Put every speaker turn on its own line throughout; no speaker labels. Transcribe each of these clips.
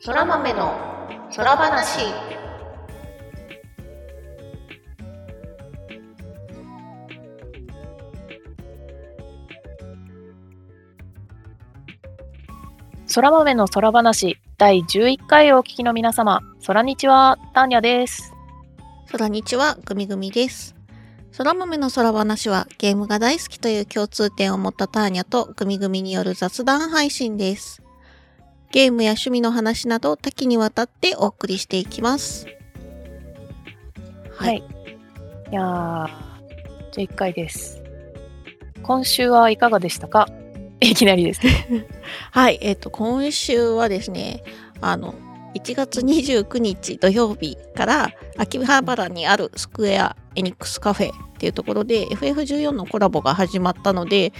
そら豆の空話
そら豆の空話第11回をお聞きの皆様、そらにちは、ターニャです。
空日はグミグミです。空豆の空話はゲームが大好きという共通点を持ったターニャとグミグミによる雑談配信です。ゲームや趣味の話など多岐にわたってお送りしていきます。はい。
いやー、11回です。今週はいかがでしたか いきなりですね。
はい。えっ、と、今週はですね、あの、1月29日土曜日から秋葉原にあるスクエアエニックスカフェっていうところで FF14 のコラボが始まったので、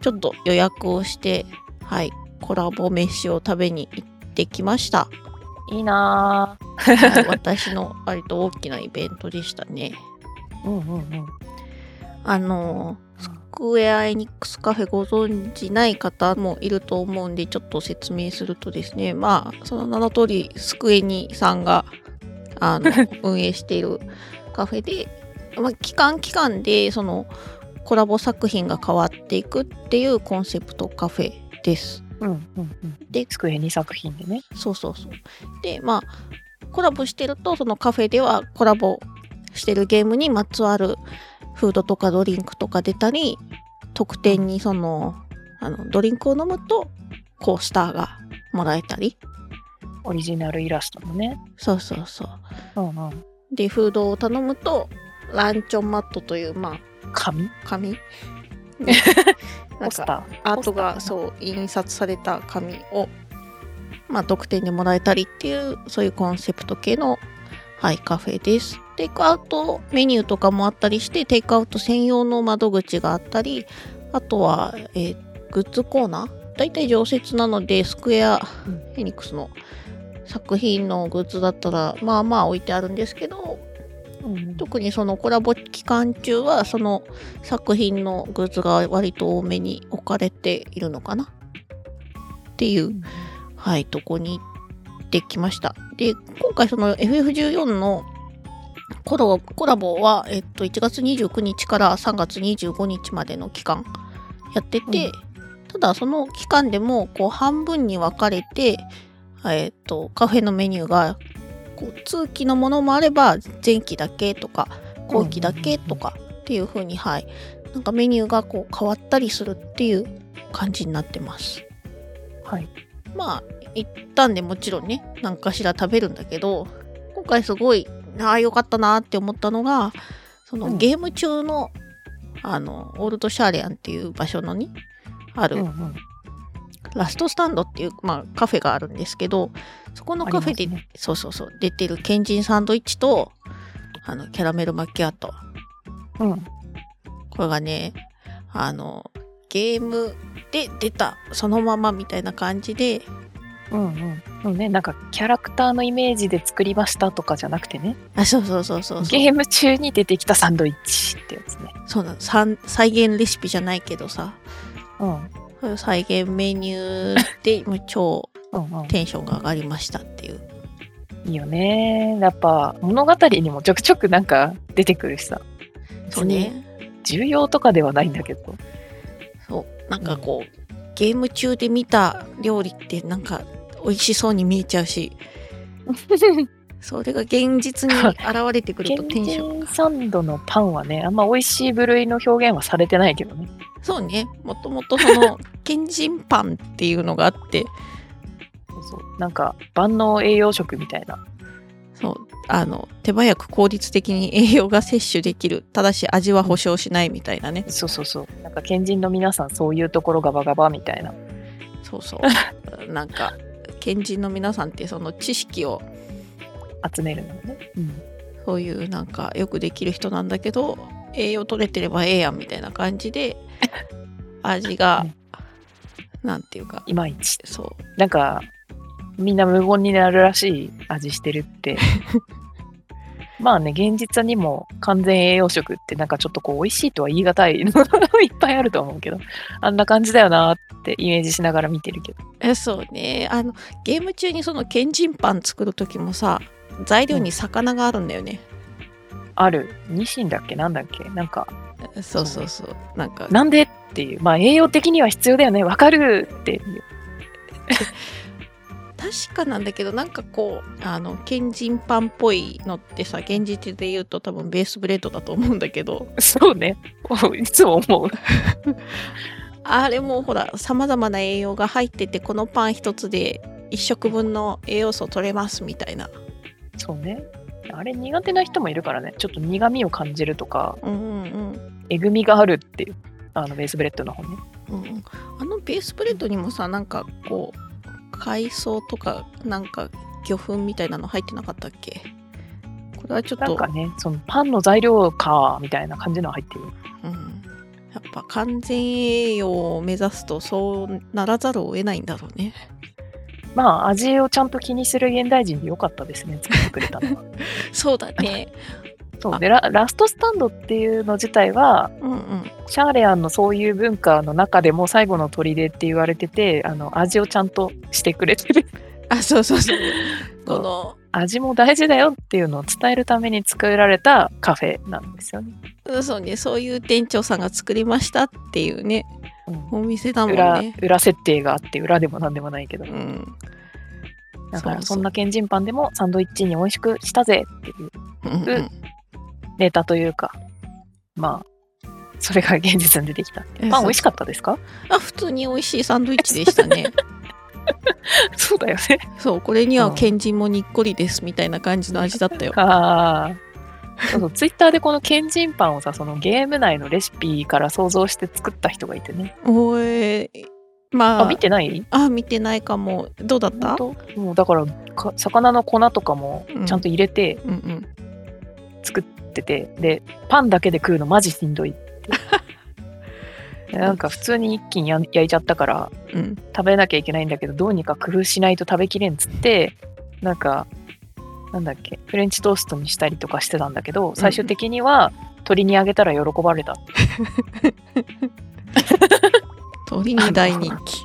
ちょっと予約をして、はい、コラボ飯を食べに行ってきました。
いいな
はい、私の割と大きなイベントでしたね。
ー。うんうんうん。
あのスクエア・エニックスカフェご存じない方もいると思うんでちょっと説明するとですねまあその名の通りスクエニさんがあの運営しているカフェで、まあ、期間期間でそのコラボ作品が変わっていくっていうコンセプトカフェです。
うんうんうん。で
で、
机に作品でね。
そうそうそう。で、まあ、コラボしてると、そのカフェではコラボしてるゲームにまつわるフードとかドリンクとか出たり、特典にその、あの、ドリンクを飲むと、コースターがもらえたり。
オリジナルイラストもね。
そうそうそう。
うんうん。
で、フードを頼むと、ランチョンマットという、ま
紙
あ、 紙。な
ポ
ん
ス
か
タ
アートが
ポスター
そう印刷された紙を、まあ、特典でもらえたりっていうそういうコンセプト系の、はい、カフェです。テイクアウトメニューとかもあったりしてテイクアウト専用の窓口があったりあとは、えーグッズコーナー大体常設なのでスクエア・
うん
フェニックスの作品のグッズだったらまあまあ置いてあるんですけど
ー。うん
特にそのコラボ期間中はその作品のグッズが割と多めに置かれているのかなっていうう、
ん
はい、とこに行ってきました。で、今回その FF14 のコラボコラボは、えっと、1月29日から3月25日までの期間やってて、ただその期間でもこう半分に分かれて、えっと、カフェのメニューがこう通期のものもあれば前期だけとか後期だけとかっていう風にはいなんかメニューがこう変わったりするっていう感じになってます
はい。
まあ一旦でもちろんね何かしら食べるんだけど今回すごいああよかったなって思ったのがそのゲーム中のあのオールドシャーレアンっていう場所のにあ
うんう
る
ん。
ラストスタンドっていう、まあ、カフェがあるんですけどそこのカフェで
ありますね
そうそうそう出てる賢人サンドイッチとあのキャラメルマキアート
うん。
これがねあのゲームで出たそのままみたいな感じで
うんうん。でもね、なんかキャラクターのイメージで作りましたとかじゃなくてね、
あそうそうそうそうそう
ゲーム中に出てきたサンドイッチってやつね。
そうなのさん再現レシピじゃないけどさ
うん。
そういう再現メニューでもう超
うんうん
テンションが上がりましたっていう
いいよねやっぱ物語にもちょくちょくなんか出てくるしさ
そうね
重要とかではないんだけど
そうなんかこう、ゲーム中で見た料理ってなんか美味しそうに見えちゃうしそれが現実に 現れてくる
ケ
と
ン
テンシ
ジ
ョン
ンサンドのパンはねあんま美味しい部類の表現はされてないけどね
そうねもともとその 賢人パンっていうのがあって
そうそうなんか万能栄養食みたいな
そうあの手早く効率的に栄養が摂取できるただし味は保証しないみたいなね
そうそうそうなんか賢人の皆さんそういうところがバガバみたいな
そうそう なんか賢人の皆さんってその知識を
集めるのね、うん、
そういうなんかよくできる人なんだけど栄養取れてればええやんみたいな感じで味がなんていうか
いまいち
そう
なんかみんな無言になるらしい味してるってうまあね、現実にも完全栄養食ってなんかちょっとこう、美味しいとは言い難いのいっぱいあると思うけど、あんな感じだよなってイメージしながら見てるけど。
えそうねあのゲーム中にそのけんちんパン作る時もさ材料に魚があるんだよね、
ある。ニシンだっけなんだっけなんか、
そうそうそうなんか
なんでっていう。まあ栄養的には必要だよね。わかるっていう。
確かなんだけどなんかこうあのけんちんパンっぽいのってさ現実で言うと多分ベースブレードだと思うんだけど
そうね。おいつも思う。
あれもほらさまざまな栄養が入っててこのパン一つで一食分の栄養素取れますみたいな
そうね。あれ苦手な人もいるからね。ちょっと苦味を感じるとか、
うんうんうん
えぐみがあるっていう。あのベースブレッドの方ね。
うん、あのベースブレッドにもさなんかこう海藻とかなんか魚粉みたいなの入ってなかったっけこれはちょっ
な
と
ん、かね、そのパンの材料か、みたいな感じのが入ってる。
うん、やっぱ完全栄養を目指すとそうならざるを得ないんだろうね
まあ、味をちゃんと気にする現代人でよかったですね、作ってくれたの は。
そうだね
そうでラ、ラストスタンドっていうの自体は、
うんうん
シャーレアンのそういう文化の中でも最後の砦って言われてて、あの味をちゃんとしてくれて る。
あそう そうそう
そう
この
味も大事だよっていうのを伝えるために作られたカフェなんですよね。
そうねそういう店長さんが作りましたっていうね
うん
お店だもん
裏
ね
裏設定があって裏でも何でもないけど
うん
だから
そ
そ
そ
う
うん
なけんちんパンでもサンドイッチに美味しくしたぜっていう
うんうん
ネタというかまあそれが現実に出てきたパン美味しかったですか
あ普通に美味しいサンドイッチでしたね
そうだよね
そうこれには
うん
賢人もにっこりですみたいな感じの味だったよ
ああそうそうツイッターでこのけんちんパンをさそのゲーム内のレシピから想像して作った人がいてね
おえまあ
あ見てない
あ見てないかもどうだった
本当もうだからか魚の粉とかもちゃんと入れて
うんうん
作ってて、でパンだけで食うのマジしん どいってなんか普通に一気にやん焼いちゃったから
うん
食べなきゃいけないんだけどどうにか工夫しないと食べきれんっつってなんかなんだっけフレンチトーストにしたりとかしてたんだけど最終的には鳥にあげたら喜ばれた、
鳥に大人 気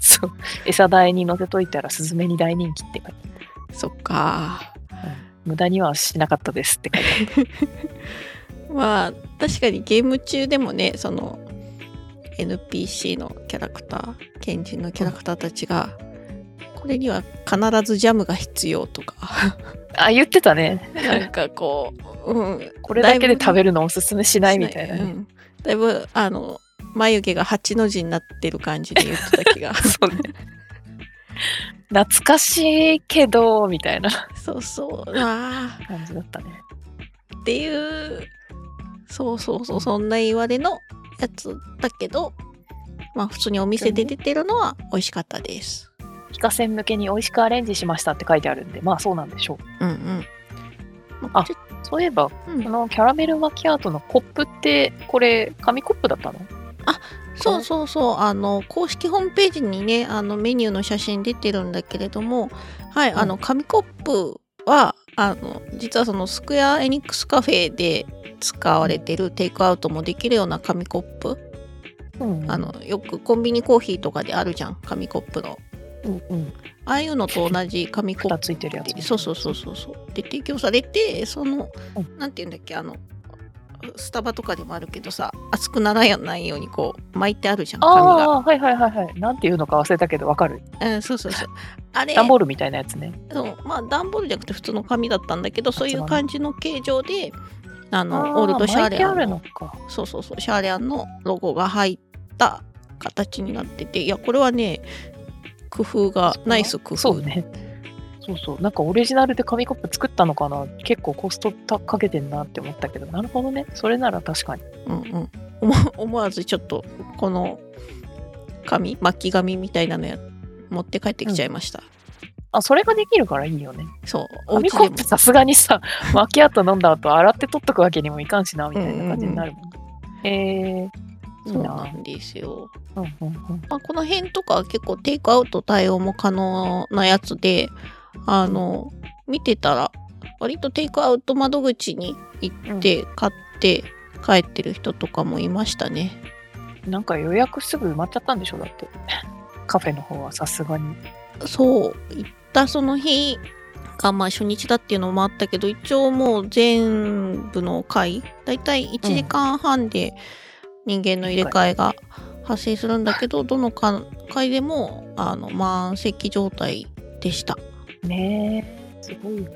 そう餌代に乗せといたらスズメに大人気って書いて
そっか
無駄にはしなかったですって書いて
まあ確かにゲーム中でもねその NPC のキャラクター賢人のキャラクターたちがこれには必ずジャムが必要とか
あ言ってたね
なんかこう、うん、
これだけで食べるのおすすめしないみたいなね、
うんだいぶあの眉毛が8の字になってる感じで言ってた気 が
そうね。懐かしいけど、みたいな
そうそうあ
感じだったね。
ーっていうそうそうそうそんな言われのやつだけどまあ普通にお店で出てるのは美味しかったです
非課線向けに美味しくアレンジしましたって書いてあるんで、まあそうなんでしょう。
うんうんま
あ
ちょ
そういえば、
うん
このキャラメルマキアートのコップって、これ、紙コップだったの
そうそうそうあの公式ホームページにねあのメニューの写真出てるんだけれどもはい、
うん
あの紙コップはあの実はそのスクエア・エニックスカフェで使われてるテイクアウトもできるような紙コップ
うん
あのよくコンビニコーヒーとかであるじゃん紙コップの
うんうん。
ああいうのと同じ紙コッ
蓋
プ
ついてるやつ。
そうそうそうそうそうで提供されてその、
う
なんていうんだっけあのスタバとかでもあるけどさ熱くならないようにこう巻いてあるじゃん紙が、
ああー、はいはいはいはい。なんていうのか忘れたけど、わかる。
うん、そうそう そうあれ
段ボールみたいなやつね。
そうまあ段ボールじゃなくて普通の紙だったんだけどそういう
あそうなの
感じの形状であの
あ
オールドシャーレア
巻いてあ
ン
る
の
のか。
そうそうそうシャーレアンのロゴが入った形になってていやこれはね工夫がナイス工夫
そうね。そうそう。なんかオリジナルで紙コップ作ったのかな結構コストたかけてんなって思ったけど、なるほどね。それなら確かに。
うんうん、思思わずちょっとこの紙巻き紙みたいなのや持って帰ってきちゃいました、
あ、それができるからいいよね。
そうお家で
紙コ
も
ップさすがにさ、マキアート飲んだ後洗って取っとくわけにもいかんしな、みたいな感じになるもんね。えー、い
そ
いう
な
な。
んですよ、
うんうんうん
まあ、この辺とかは結構テイクアウト対応も可能なやつであの見てたら割とテイクアウト窓口に行って買って帰ってる人とかもいましたね。
なんか予約すぐ埋まっちゃったんでしょだって。カフェの方はさすがに。
そう行ったその日がまあ初日だっていうのもあったけど一応もう全部の回だいたい1時間半で人間の入れ替えが発生するんだけどどのか回でもあの満席状態でした
ねえ。すごいよ。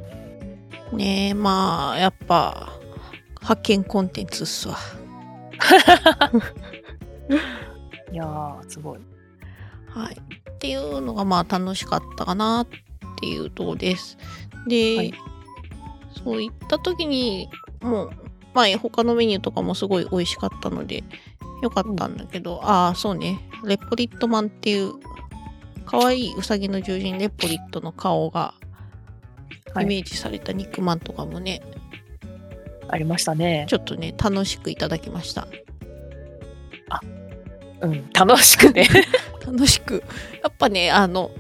ねえまあやっぱ発見コンテンツっすわ
いやー、すごい。
はい、っていうのがまあ楽しかったかなっていうとこです。で、
はい
そういった時にもう、まあ、他のメニューとかもすごい美味しかったのでよかったんだけど、ああそうねレポリットマンっていう可愛いウサギの獣人レポリットの顔が
は
イ
い
メージされた肉まんとかもね、
ありましたね。
ちょっとね楽しくいただきました。
うん、楽しくね。
楽しくやっぱねあの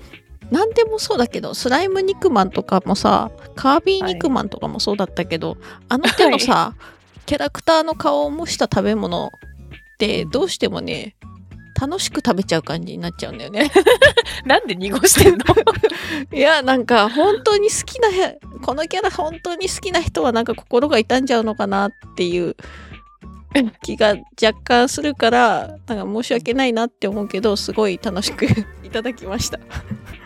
何でもそうだけどスライム肉まんとかもさカービィ肉まんとかもそうだったけど、あの手のさ、キャラクターの顔を模した食べ物ってどうしてもね楽しく食べちゃう感じになっちゃうんだよね。
なんで濁してんの
いやなんか本当に好きなこのキャラ本当に好きな人はなんか心が痛んじゃうのかなっていう気が若干するからなんか申し訳ないなって思うけどすごい楽しく いただきました。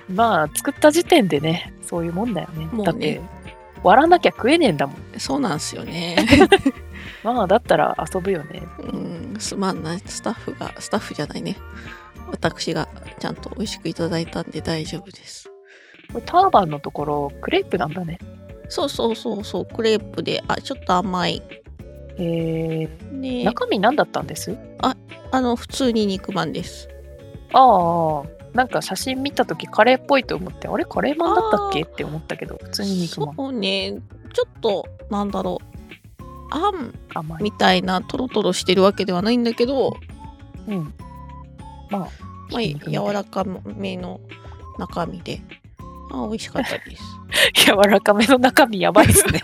まあ、作った時点でね、そういうもんだよね。
もうね
だって、割らなきゃ食えねえんだもん。
そうなんすよね。
まあ、だったら遊ぶよね。
うん、すまんない。スタッフが、スタッフじゃないね。私がちゃんと美味しくいただいたんで大丈夫です。
これターバンのところ、クレープなんだね。
そうそうそうそう、クレープで、あ、ちょっと甘い。
えー、
ね
中身何だったんです
あの、普通に肉まんです。
ああ、なんか写真見たときカレーっぽいと思って、あれカレーマンだったっけって思ったけど、普通に肉まん
そうね、ちょっと、なんだろう。あん
甘い。
みたいなトロトロしてるわけではないんだけど、
うん。まあ、
まあ、
ひき肉みたい
柔らかめの中身で、あ、美味しかったです。
柔らかめの中身やばいですね。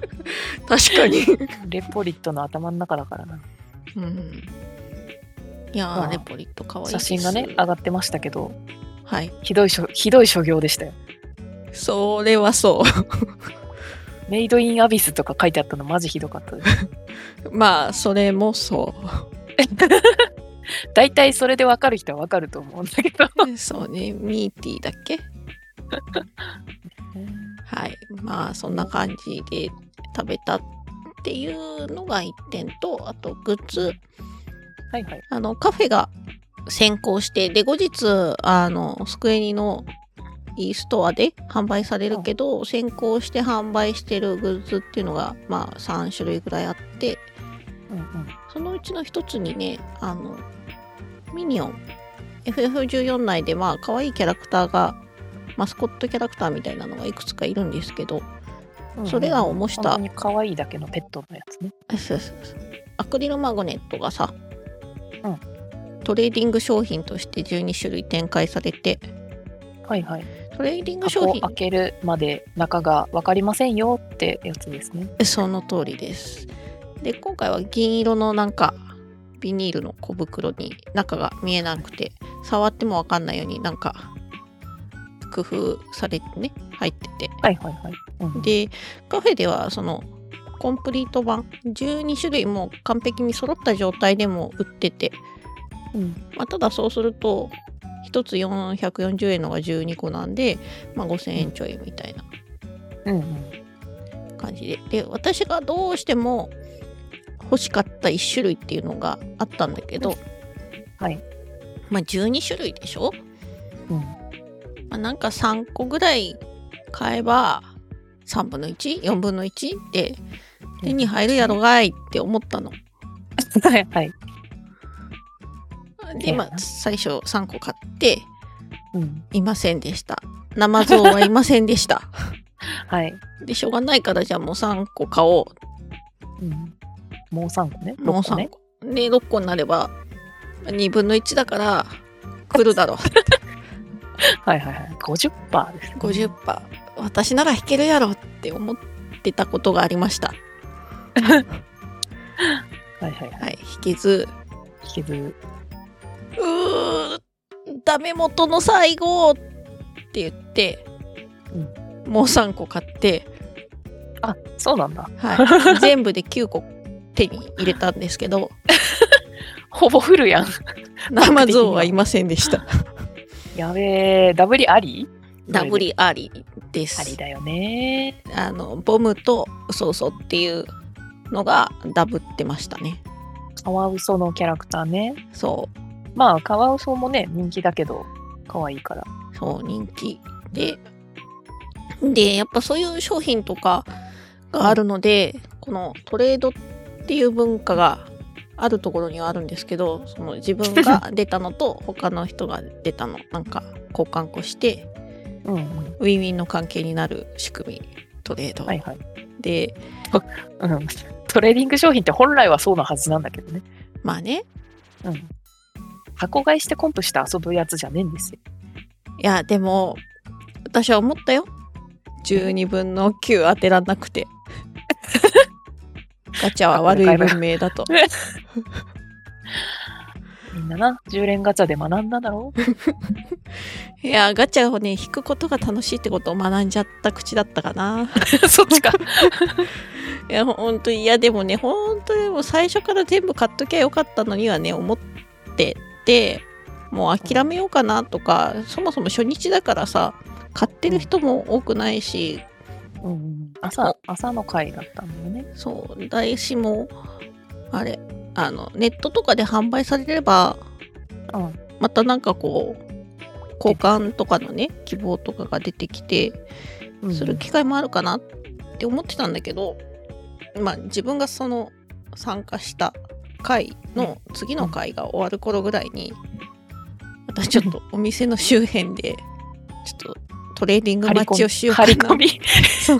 確かに。
レポリットの頭の中だからな。
うん。いや
ま
ー、
あ
レポリット可愛いで
写
す。
真がね、上がってましたけど、
はい。
ひどいしょ、ひどい所業でしたよ。
それはそ
メイドインアビスとか書いてあったのマジひどかったです。
う。 まあ、それもそ
大体それでわかる人はわかると思うんだ けど。
う。そうね。ミーティーだっけはい。まあ、そんな感じで食べたっていうのが一点と、あと、グッズ。
はいはい。
あの、カフェが先行して、で、後日、あの、スクエニの e ストアで販売されるけど、先行して販売してるグッズっていうのが、まあ、3種類ぐらいあって、
うんうん。
そのうちの一つにね、あの、ミニオン。FF14 内で、まあ、可愛いキャラクターが、マスコットキャラクターみたいなのがいくつかいるんですけど、
うんうん
それらを模した
本当に可愛いだけのペットのやつね。
そうそうそうアクリルマグネットがさ、
う
トレーディング商品として12種類展開されて、
はいはい。
トレーディング
箱
商
を
品、
開けるまで中が分かりませんよってやつですね。
その通りです。で、今回は銀色のなんか、ビニールの小袋に中が見えなくて、触ってもわかんないようになんか、工夫されてね、入ってて。
はいはいはい。うん、
でカフェではそのコンプリート版12種類もう完璧に揃った状態でも売ってて、
うん
まあ、ただそうすると1つ440円のが12個なんで、まあ、5000円ちょいみたいな
うんうん、
感じでで私がどうしても欲しかった1種類っていうのがあったんだけど、
はい
まあ、12種類でしょ、
うん
まあ、なんか3個ぐらい買えば3分の14分の1で手に入るやろがいって思ったの。
はいはい。
で、まあ、最初3個買って
うん、
いませんでした。生像はいませんでした。
はい。
でしょうがないからじゃあもう3個買お
うん、もう3個ね。
う。もう
6個ね
3。個。で6個になれば2分の1だから来るだ ろう。
はいはいはい。50%です、ね。
50%私なら引けるやろって思っってたことがありました。
はいはいはい。
はい、引きず
引きず
うーダメ元の最後って言って、もう3個買って、
あ、そうなんだ。
はい、全部で9個手に入れたんですけど
ほぼフルやん。
生像はいませんでした
やべえ、ダブリあり
ダブリアリで
あり
す
だよね。
あのボムと嘘嘘っていうのがダブってましたね
カワウソのキャラクターね。
そ
まあ、カワウソもね、人気だけど、可愛いから。
うそう人気ででやっぱそういう商品とかがあるのでこのトレードっていう文化があるところにはあるんですけどその自分が出たのと 他の人が出たのなんか交換こして
うん、うん。
ウィンウィンの関係になる仕組みトレード、
はいはい。
で
うん。トレーディング商品って本来はそうなはずなんだけどね。
まあね
うん。箱買いしてコンプして遊ぶやつじゃねえんですよ。
いやでも私は思ったよ12分の9当てらなくて ガチャは悪い文明だと
みんなな、10連ガチャで学んだ だろう。
いやガチャをね引くことが楽しいってことを学んじゃった口だったかな
そっちか。
いやほんといやでもねほんとでも最初から全部買っときゃよかったのにはね思っててもう諦めようかなとかそもそも初日だからさ買ってる人も多くないし
うんうん。朝、朝の回だったんだよね。
そう台紙もあれあのネットとかで販売されれば、
うん
またなんかこう交換とかのね希望とかが出てきて
うん
する機会もあるかなって思ってたんだけど、まあ自分がその参加した回の次の回が終わる頃ぐらいに私ちょっとお店の周辺でちょっとトレーディング
張り
待
込み
ちをしようか
張り
な
込み。
そう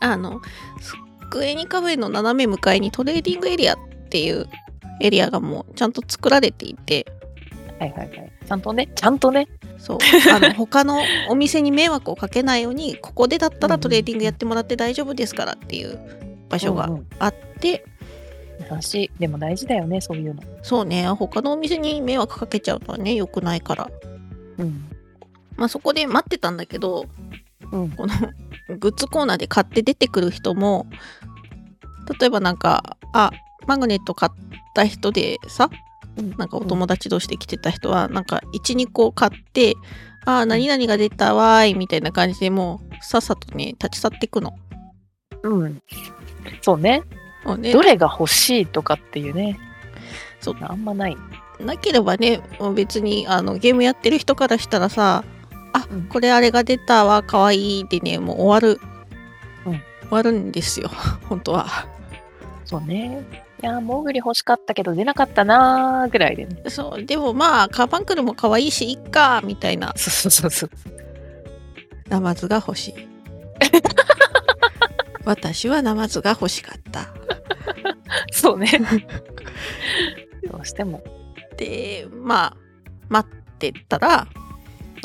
あの、スクエニカフェの斜め向かいにトレーディングエリアっていうエリアがもうちゃんと作られていて、
はいはいはい。ちゃんとね、ちゃんとね。
そう、あの、他のお店に迷惑をかけないように、ここでだったらトレーディングやってもらって大丈夫ですからっていう場所が
うんうん
あって、
優しい。でも大事だよね、そういうの。
そうね、他のお店に迷惑かけちゃうのはね、良くないから。
うん。
まあそこで待ってたんだけど、
うん。
この グッズコーナーで買って出てくる人も例えばなんかあマグネット買った人でさなんかお友達同士で来てた人はなんか12個買って「あー何々が出たわーい」みたいな感じでもうさっさとね立ち去ってくの。
うん。そうね。
もうね
どれが欲しいとかっていうね。
そう
あんまない。
なければねもう別にあのゲームやってる人からしたらさ「あ
うん
これあれが出たわかわいい」でねもう終わる、
うん
終わるんですよ 本当は。
そうね。いやー、モーグリ欲しかったけど出なかったなーぐらいでね。
そうでもまあカバンクルも可愛いしいっかみたいな
そうそうそう。
ナマズが欲 しい私はナマズが欲しかった
そうね。どうしても。
でまあ待ってたら、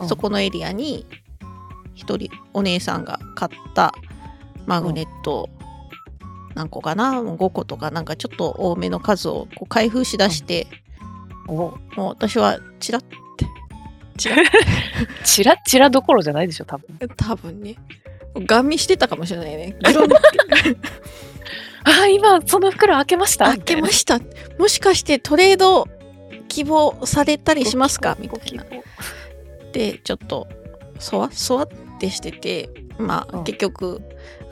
うん
そこのエリアに一人お姉さんが買ったマグネット、何個かなもう5個とかなんかちょっと多めの数をこう開封しだして、
お
もう私はチラッ
チラッチラどころじゃないでしょ、多分。
多分ねガン見してたかもしれないねギロン
あー、今、その袋開けました。
開けました。もしかしてトレード希望されたりしますかみたいな。で、ちょっと、そわそわってしてて、まあ、
うん
結局、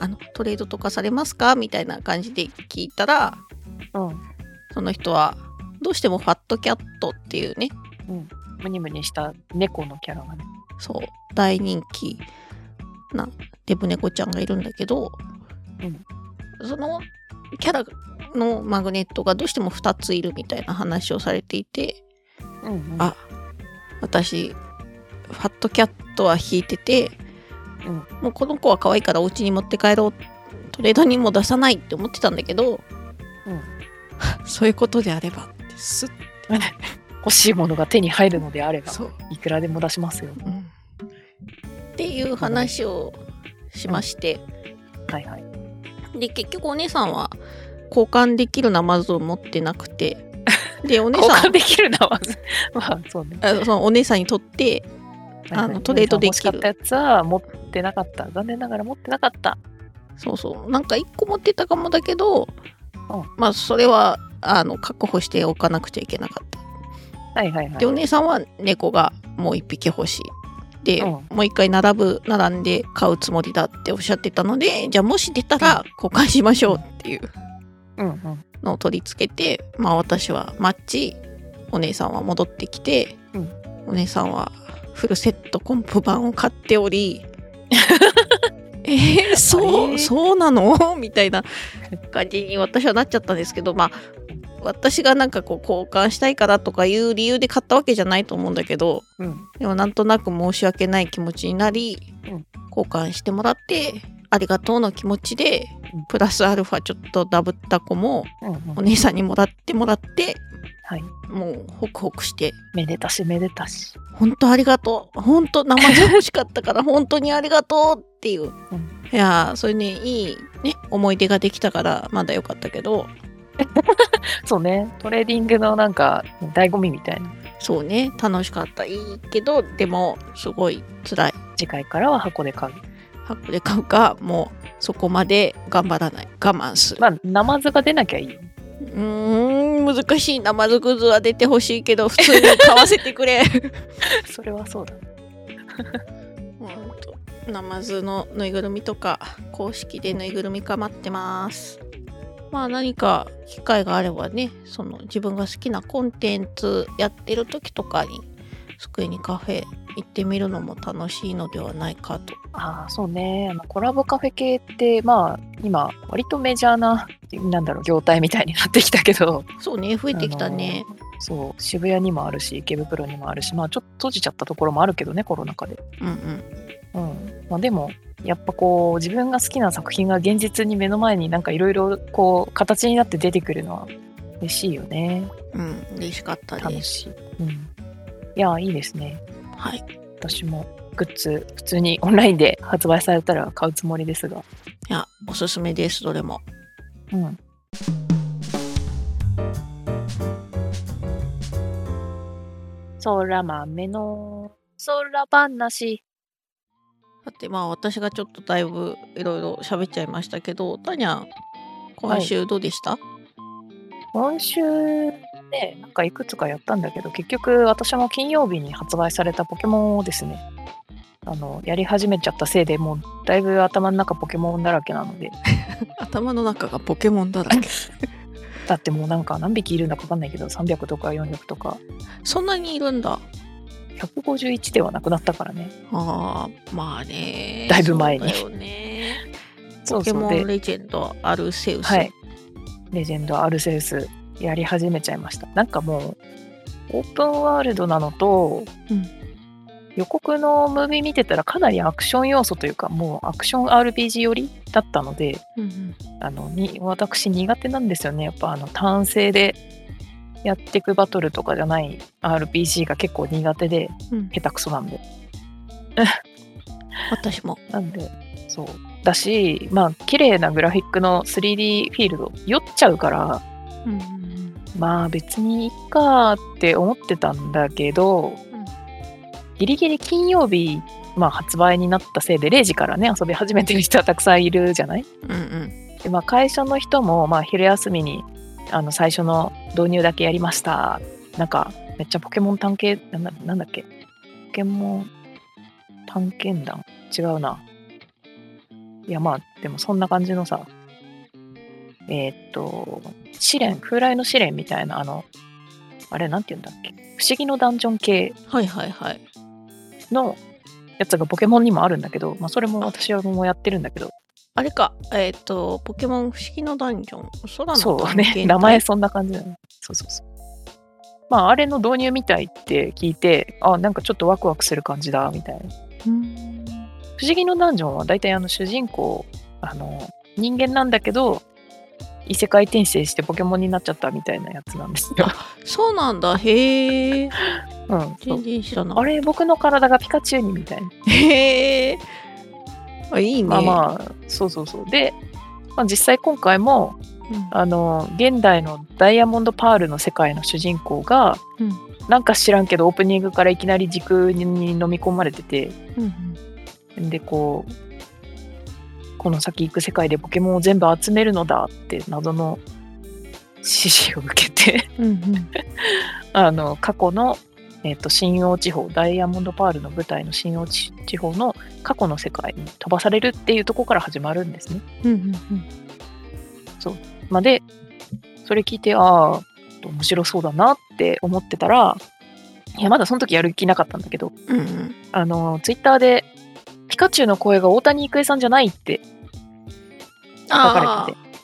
あの、トレードとかされますかみたいな感じで聞いたら、
た。うん。
その人は、どうしてもファットキャットっていうね、
ムニムニした猫のキャラがね。
そう、大人気なデブ猫ちゃんがいるんだけど、
うん
そのキャラのマグネットがどうしても2ついるみたいな話をされていて、
うん、うん。
あ私ファットキャットは引いてて、
うん
もうこの子は可愛いからお家に持って帰ろうトレードにも出さないって思ってたんだけど、
うん
そういうことであればってスッ
欲しいものが手に入るのであれば、
そう、
いくらでも出しますよ。
うんっていう話をしまして、
はいはい。
で結局お姉さんは交換できるナマズを持ってなくてでお姉
交
さ
換
ん
できるな、まず。 まあ、そうね。
あそのお姉さんにとってあのトレードできる
欲しかったやつは持ってなかった。残念ながら持ってなかった。
そうそうなんか1個持ってたかもだけど、
うん
まあそれはあの確保しておかなくちゃいけなかった
はいはいはい。
でお姉さんは猫がもう1匹欲しいで、
うん
もう1回並ぶ並んで買うつもりだっておっしゃってたのでじゃあもし出たら交換しましょうっていう
うんうん。
のを取り付けてまあ私はマッチお姉さんは戻ってきて、
うん
お姉さんはフルセットコンプ版を買ってお りえー、そ
あれ
うそうなの みたいな感じに私はなっちゃったんですけどまあ私がなんかこう交換したいからとかいう理由で買ったわけじゃないと思うんだけど
うん。
でもなんとなく申し訳ない気持ちになり、
うん
交換してもらってありがとうの気持ちで
うん
プラスアルファちょっとダブった子も
うんうん
お。姉さんにもらってもらって
はい。
もうホクホクして
めでたし、めでたし。
「本当ありがとう本当生じゃ欲しかったから本当にありがとう」っていう、
うん
いやーそれねいいね思い出ができたからまだよかったけど
そうね。トレーディングのなんか、醍醐味みたいな。
そうね楽しかったいいけどでもすごい辛い
次回からは箱で買う。
箱で買うかもうそこまで頑張らない我慢する
まあ、ナマズが出なきゃいい。
うーん難しい生ずくずは出てほしいけど普通に買わせてくれ
それはそうだ。
ほんとナマズのぬいぐるみとか公式でぬいぐるみか待ってますまあ何か機会があればねその自分が好きなコンテンツやってる時とかに机にカフェ行ってみるのも楽しいのではないかと
ああ、そうね。あのコラボカフェ系って、まあ、今、割とメジャーな、なんだろう、業態みたいになってきたけど、
そうね増えてきたね、
そう、渋谷にもあるし、池袋にもあるし、まあ、ちょっと閉じちゃったところもあるけどね、コロナ禍で。
うんうん
うん。まあ、でも、やっぱこう、自分が好きな作品が現実に目の前になんかいろいろ、こう、形になって出てくるのは嬉しいよね。
うん嬉しかった
楽
です
しい。うん。いやー、いいですね。
はい
私もグッズ、普通にオンラインで発売されたら買うつもりですが。
いやおすすめですどれも
うん。そら豆のそら話。
だってまあ私がちょっとだいぶいろいろ喋っちゃいましたけどタニャン今週どうでした、
今週ね、なんかいくつかやったんだけど、結局私も金曜日に発売されたポケモンをですね、あの、やり始めちゃったせいでもうだいぶ頭の中ポケモンだらけなので、
頭の中がポケモンだらけ
だってもうなんか何匹いるんだかわかんないけど、300とか400とか、
そんなにいるんだ
151ではなくなったからね。
あーまあね
だいぶ前に
そうだよね
そ
ポ
う
ケ
そう
モ
で
ンレジェンドアルセウス、
はい、レジェンドアルセウスやり始めちゃいましたなんかもうオープンワールドなのと、
うん
予告のムービー見てたらかなりアクション要素というかもうアクション RPG 寄りだったので
うんうん
あのに私苦手なんですよねやっぱあの単性でやってくバトルとかじゃない RPG が結構苦手で
うん、
下手くそなんで
私も
なんで、そう。だし、まあ、綺麗なグラフィックの 3D フィールド、酔っちゃうから、
うんうんうん
まあ別にいいかって思ってたんだけど、
ん
ギリギリ金曜日、まあ発売になったせいで0時からね、遊び始めてる人はたくさんいるじゃない
うんうん
で、まあ、会社の人も、まあ、昼休みにあの最初の導入だけやりましたなんかめっちゃポケモン探検なんだなんだっけポケモン探検団違うないやまあでもそんな感じのさえーっと試練風来の試練みたいなあのあれなんて言うんだっけ不思議のダンジョン系
はいはいはい
のやつがポケモンにもあるんだけど、まあ、それも私はもうやってるんだけど
あれかえっ、とポケモン不思議のダンジョン空の
そう
探検隊
ね名前そんな感じだねそうそうそうまああれの導入みたいって聞いてあなんかちょっとワクワクする感じだみたいな
うん
不思議のダンジョンは大体あの主人公あの人間なんだけど異世界転生してポケモンになっちゃったみたいなやつなんです よ、
そうなんだへえ
うん、そう
全然知らない
あれ僕の体がピカチュウにみたいな
へえあいいね。
まあまあそうそうそうで、まあ、実際今回もあの現代のダイヤモンドパールの世界の主人公が、
うん
なんか知らんけどオープニングからいきなり時空に飲み込まれてて
うんうん
でこうこの先行く世界でポケモンを全部集めるのだって謎の指示を受けて
うんうん
あの過去の、えっと新欧地方ダイヤモンドパールの舞台の新欧地地方の過去の世界に飛ばされるっていうところから始まるんですね。
うんうんうん
まあでそれ聞いてああ面白そうだなって思ってたらいやまだその時やる気なかったんだけど
うんうん
あのツイッターでピカチュウの声が大谷育恵さんじゃないって書か
あ
れてて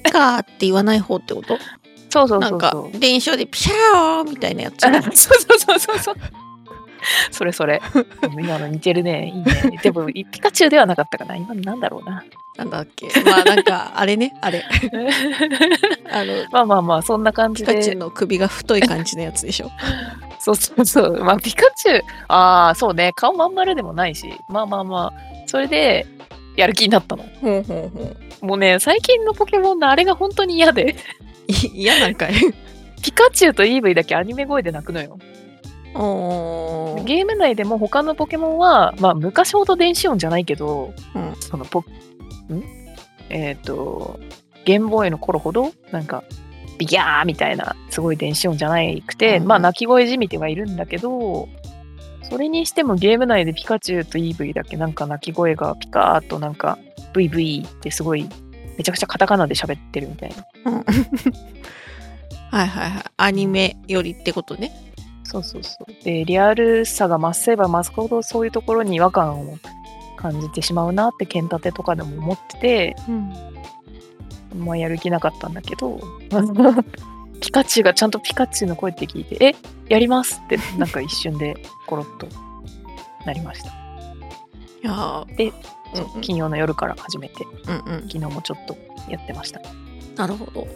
ーピカーって言わない方ってこと
そうそう
な
そ
ん
う
か
そう
電車でピシャーみたいなやつ
そうそうそうそうそうそれ それ今の似てるねいいねでもいピカチュウではなかったかな今のなんだろう な
なんだっけまあなんかあれねあれあの
まあまあまあそんな感
ピ
じ
カチュウ
で
の首が太い感じのやつでしょ
そうそうそうまあピカチュウああそうね顔まん丸でもないしまあまあまあそれでやる気になったの
ほうほうほう
もうね、最近のポケモンのあれが本当に嫌で、
い嫌なんかい
ピカチュウとイーブイだけアニメ声で泣くのよ。
おー
ゲーム内でも他のポケモンは、まあ、昔ほど電子音じゃないけど、
うん
そのポ、んえっ、と、ゲームボーイの頃ほど、なんか、ビギャーみたいな、すごい電子音じゃないくて、
うん
まあ、泣き声じみてはいるんだけど、それにしてもゲーム内でピカチュウとイーブイだけなんか泣き声がピカーっとなんか、ブイブイってすごい、めちゃくちゃカタカナで喋ってるみたいな。
うん はいはいはいアニメよりってことね
そうそうそう。で、リアルさが増せば増すほどそういうところに違和感を感じてしまうなって剣立てとかでも思ってて、
うん
まあやる気なかったんだけど、 ピカチュウがちゃんとピカチュウの声って聞いて、えやりますってなんか一瞬でコロッとなりました。
いやー
で
うん
そう金曜の夜から始めて、
うんうん
昨日もちょっとやってました。
なるほど。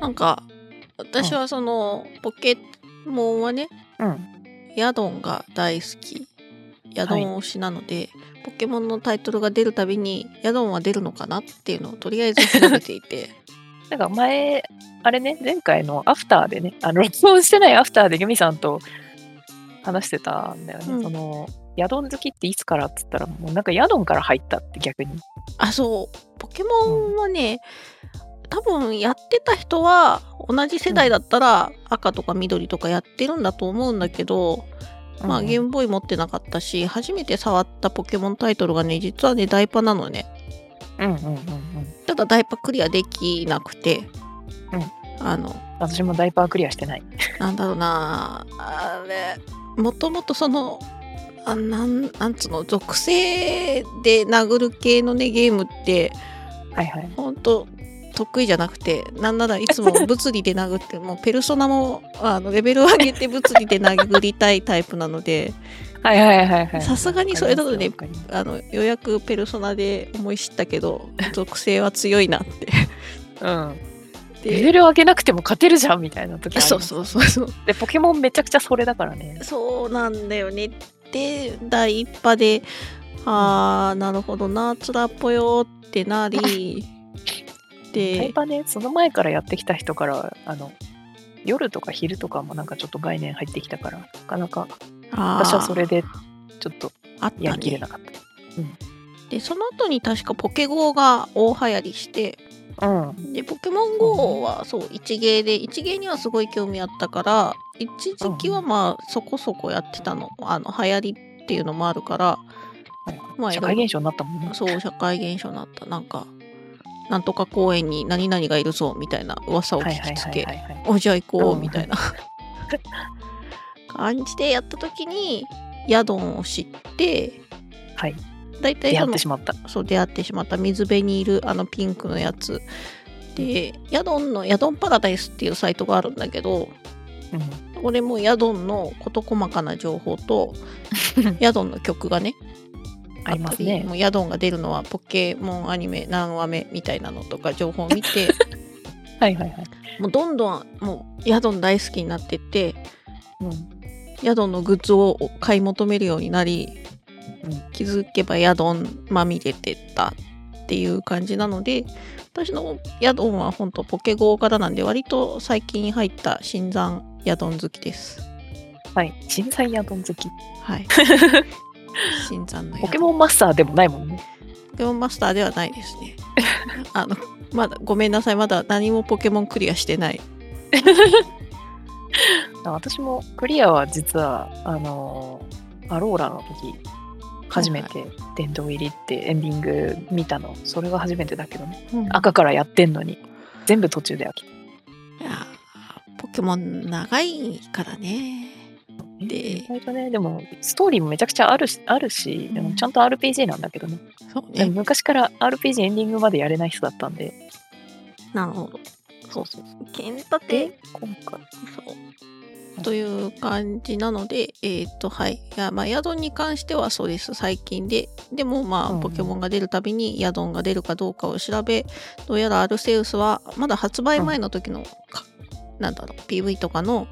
なんか、私はその、ポケモンはね、
うん。
ヤドンが大好き。ヤドン推しなので、ポケモンのタイトルが出るたびに、ヤドンは出るのかなっていうのをとりあえず調べていて。
なんか前、あれね、前回のアフターでね、あの、録音してないアフターでユミさんと話してたんだよね。
うん
その、ヤドン好きっていつからって言ったら、もうなんかヤドンから入ったって逆に。
あ、そう。ポケモンはね、多分やってた人は、同じ世代だったら、赤とか緑とかやってるんだと思うんだけど、まあ、ゲー
ム。
ムボーイ持ってなかったし、初めて触ったポケモンタイトルがね、実はね、ダイパなのね。
うんうんうんうん。
ただダイパクリアできなくて、あの
私もダイパークリアしてない。
なんだろうなあれもともとそのあなんなんつうの属性で殴る系のねゲームって
はいはい。
ほんと得意じゃなくてなんならいつも物理で殴 ってもうペルソナもあのレベルを上げて物理で殴りたいタイプなので
はいはいはいはい。
さすがにそれだとね
わかります
あのようやくペルソナで思い知ったけど属性は強いな って。
うん。レベ
で
ル上げなくても勝てるじゃんみたいな時ある
そうそうそうそう
で、ポケモンめちゃくちゃそれだからね。
そうなんだよねで第一波で「あーなるほどなつらっぽよ」ってな り
ダイ
で
パね、その前からやってきた人から、あの、夜とか昼とかもなんかちょっと概念入ってきたから、なかなか私はそれでちょっと
あーあった、ね、
やりきれなかった。
でその後に確かポケゴーが大流行りして
うん、
でポケモン GO はそう一芸で一芸にはすごい興味あったから一時期はまあそこそこやってたのあの流行りっていうのもあるからまあ
社会現象になったもんね。
そう社会現象になったなんかなんとか公園に何々がいるぞみたいな噂を
はい
聞
はい
きつ
はい
け
はいはい。
おじゃあ行こう
うん
み たいな感じでやった時にヤドンを知って
はい
大体
出
そ
会っ
の
てしまった。
そう出会ってしまった水辺にいるあのピンクのやつでヤドンのヤドンパラダイスっていうサイトがあるんだけど
うん
これもヤドンの事細かな情報 とヤドンの曲がね
ありますね
も。うヤドンが出るのはポケモンアニメ何話目みたいなのとか情報を見て
はいはいは い。
もうどんどんもうヤドン大好きになってって
うん
ヤドンのグッズを買い求めるようになり気づけばヤドンまみれてたっていう感じなので私のヤドンは本当ポケゴーからなんで割と最近入った新参ヤドン好きです
はい。人材ヤドン好き。
はい 新参のヤドン
ポケモンマスターでもないもんね。
ポケモンマスターではないですね あのまだごめんなさいまだ何もポケモンクリアしてない
あ私もクリアは実は、あのーアローラの時、初めて殿堂入りってエンディング見たの。それが初めてだけどね。赤からやってんのに。全部途中で飽きた。
いやーポケモン長いからねで
意外とね、でも、ストーリーもめちゃくちゃあるし、あるし、でもちゃんと RPG なんだけどね。
そう
でも
ね
昔から RPG エンディングまでやれない人だったんで。
なるほど
そうそうそ
剣立
う。で、今回。
そう。という感じなので、えっ、と、はい。いや、まあ、ヤドンに関してはそうです、最近で。でも、まあ、
うん
ポケモンが出るたびにヤドンが出るかどうかを調べ、どうやらアルセウスは、まだ発売前の時の、かなんだろう、PV とかの、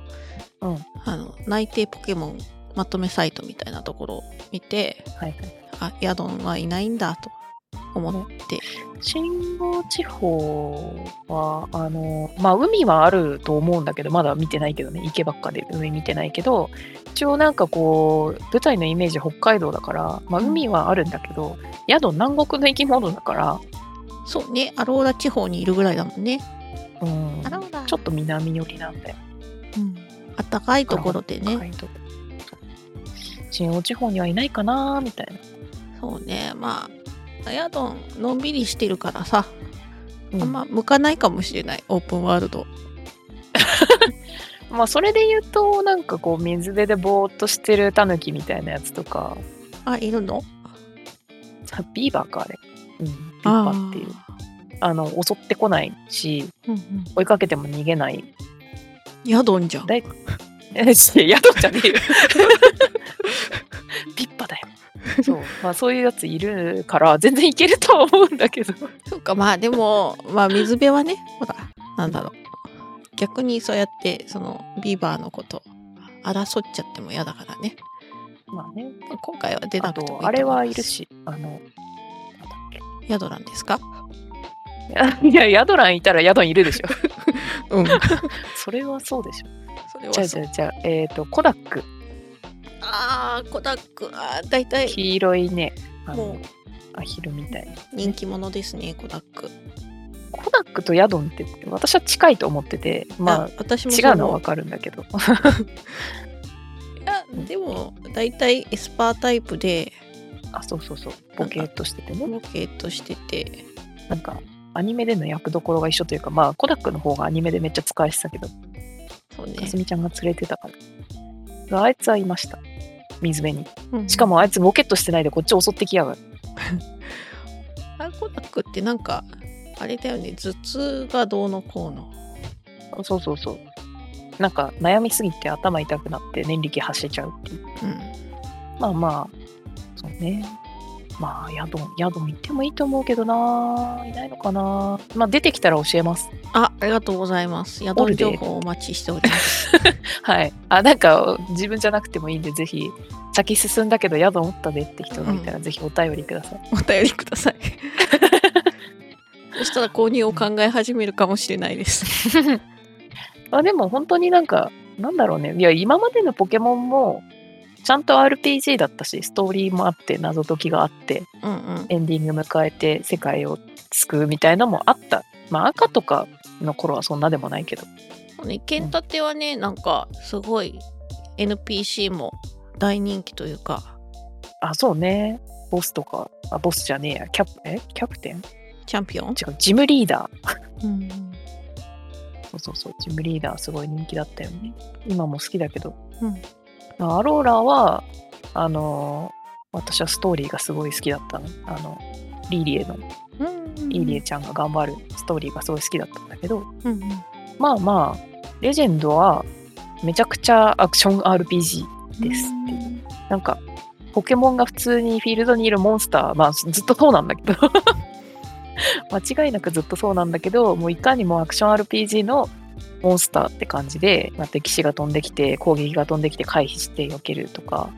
うん
あの、内定ポケモンまとめサイトみたいなところを見て、
はいはい。
あ、ヤドンはいないんだと思って。
信号地方はあのまあ海はあると思うんだけどまだ見てないけどね池ばっかで海見てないけど一応なんかこう舞台のイメージ北海道だから、まあ、
うん
海はあるんだけど、宿南国の生き物だから、
そうね、アローラ地方にいるぐらいだもんね。
うん、
ローラ
ちょっと南寄りなんだよ
うん。あったかいところでね
北。海道新大地方にはいないかなみたい
そうねまあヤドンのんびりしてるからさ、
な、うん
あんま向かないかもしれないオープンワールド
まあそれで言うとなんかこう水辺でぼーっとしてるタヌキみたいなやつとか
あいるの
あビーバーかあれ、うん、ビーバーっていうあの襲ってこないし
うんうん
追いかけても逃げない
ヤドンじゃん
だいえし 宿じゃねえよ ピッパだよそう,、まあ、そういうやついるから全然いけるとは思うんだけど
そうかまあでもまあ水辺はねほらなんだろう逆にそうやってそのビーバーのこと争っちゃっても嫌だからね
まあね
まあ今回は出
あ
なくてもいいと
と
思
あれはい
ま
る
す
しあのなんだっけ
ヤドランですか
いやいや宿ランいたら宿にいるでし ょ
うんそ
それはそうでしょ
れ
じゃあ
は
じ
そ
ゃ
う
あじゃあえっ、とコダック
あーコダックあー大体
黄色いねあの
も
アヒルみたいな
う人気者ですねコダック
コダックとヤドンって私は近いと思っててまあ
私も
違
そう
のは
思
わかるんだけど
いやでも大体エスパータイプで
あそうそうそうボケーっとしててね
ロケットしてて
なんかアニメでの役どころが一緒というかまあコダックの方がアニメでめっちゃ使いしてたけど
そうね
かすみちゃんが連れてたからあいつはいました水辺に
うん
しかもあいつボケっとしてないでこっち襲ってきやがる
アルコダックってなんかあれだよね頭痛がどうのこうの
あそうそうそうなんか悩みすぎて頭痛くなって念力発しちゃうっていう
うん
まあまあそうねまあ宿宿行ってもいいと思うけどないないのかなまあ出てきたら教えます
あありがとうございます宿
オル
る
デ
情報をお待ちしております
はい。あ、なんか、自分じゃなくてもいいんで、ぜひ、先進んだけど宿持ったでって人がいたら、ぜひお便りください。
お便りくださいそしたら購入を考え始めるかもしれないです
あでも、本当になんか、なんだろうね。いや、今までのポケモンも、ちゃんと RPG だったし、ストーリーもあって、謎解きがあって、
うんうん
エンディング迎えて、世界を救うみたいなのもあった。まあ、赤とかの頃はそんなでもないけど。
そうね剣立てはねなんかすごい NPC も大人気というか
あ、そうね。ボスとか、あ、ボスじゃねえや。キャプ、えキャプテン
チャンピオン、
違う、ジムリーダー。
うん
そうそうそう、ジムリーダーすごい人気だったよね。今も好きだけど。
うん
まあアローラは、あのー私はストーリーがすごい好きだったの。あの、リーリエの、リーリエちゃんが頑張るストーリーがすごい好きだったんだけど、
うんうん
まあまあ、レジェンドはめちゃくちゃアクション RPG ですっていう。なんか、ポケモンが普通にフィールドにいるモンスター、まあずずっとそうなんだけど、 間違いなくずっとそうなんだけど、もういかにもアクション RPG のモンスターって感じで、まあ、敵士が飛んできて、攻撃が飛んできて回避して避けるとか、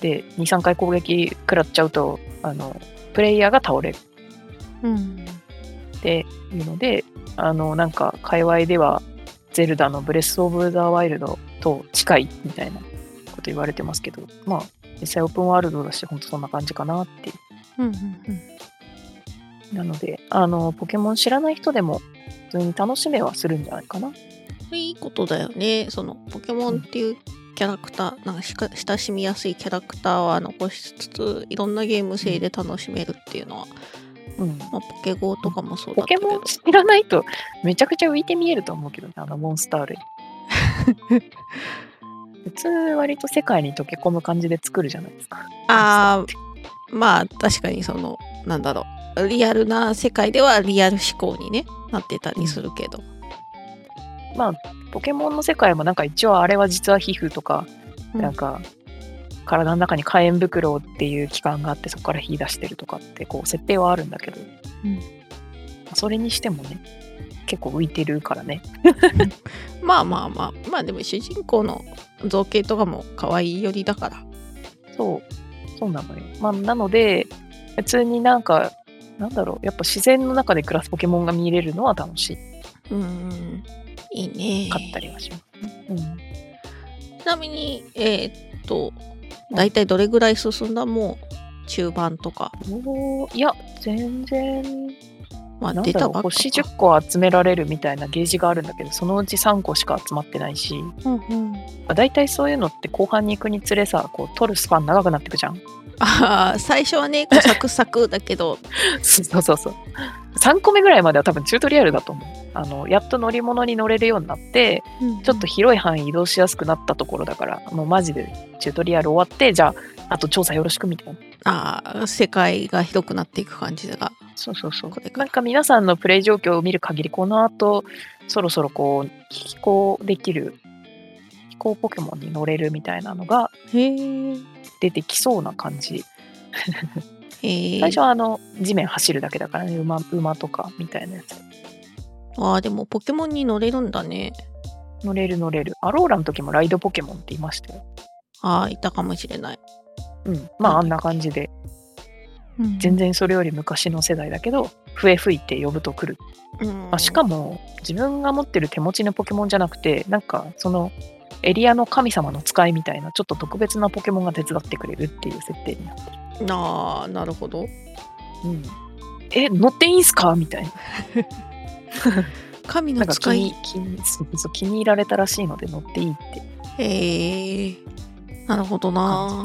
で23回攻撃食らっちゃうとあのプレイヤーが倒れる
うん
っていうのであのなんか界隈ではゼルダのブレス・オブ・ザ・ワイルドと近いみたいなこと言われてますけどまあ実際オープンワールドだし本当そんな感じかなっていう
うんうん
なのであのポケモン知らない人でも普通に楽しめはするんじゃないかな。
いいことだよねそのポケモンっていうキャラクターなんかしか親しみやすいキャラクターは残しつついろんなゲーム性で楽しめるっていうのは、
うん、
まあ、ポケゴーとかもそうだ
ポ
ったけ
ケ
ど
モン知らないとめちゃくちゃ浮いて見えると思うけどねあのモンスタ ー類普通割と世界に溶け込む感じで作るじゃないですか
あーまあ確かにそのなんだろうリアルな世界ではリアル思考に、ね、なってたりするけど、
ポケモンの世界もなんか一応あれは実は皮膚とか、
うん
なんか体の中に火炎袋っていう器官があってそこから火出してるとかってこう設定はあるんだけど、
うん
それにしてもね結構浮いてるからね
まあまあまあまあでも主人公の造形とかも可愛いよりだから
そう、そうなのよ。まあ、なので、普通になんか、なんだろう、やっぱ自然の中で暮らすポケモンが見れるのは楽し
うんいいね
かったりはします。うん、
ちなみにえーっと大体どれぐらい進んだもう中盤とか、
おーいや、全然、
まあ、
なん
出
だ
た
ろ
ばっか
う、星10個集められるみたいなゲージがあるんだけど、そのうち3個しか集まってないし、
うんうん
まあ大体そういうのって後半に行くにつれさ、こう取るスパン長くなってくじゃ ん。
あー最初はねこうサクサクだけど
そうそうそう。3個目ぐらいまでは多分チュートリアルだと思う。あのやっと乗り物に乗れるようになって、ちょっと広い範囲移動しやすくなったところだから、もうマジでチュートリアル終わって、じゃあ、あと調査よろしくみたいな。
あー世界が広くなっていく感じが
そうそうそ
これか
なんか皆さんのプレイ状況を見る限り、この後、そろそろこう、飛行できる、飛行ポケモンに乗れるみたいなのが
へえ
出てきそうな感じ。
へえ
最初はあの、地面走るだけだからね、馬馬とかみたいなやつ。
あーでもポケモンに乗れるんだね
乗れる乗れる。アローラの時もライドポケモンって言いましたよ。
ああいたかもしれない、
うん。まあ、あんな感じで、全然それより昔の世代だけど、笛吹いて呼ぶと来る
うん、
あしかも自分が持ってる手持ちのポケモンじゃなくてなんかそのエリアの神様の使いみたいなちょっと特別なポケモンが手伝ってくれるっていう設定になってる、
ああなるほど
うん、え乗っていいんすかみたいな
神
な
の
んか気
使い
に気にそうそう気に入られたらしいので乗っていいって
へえなるほど
感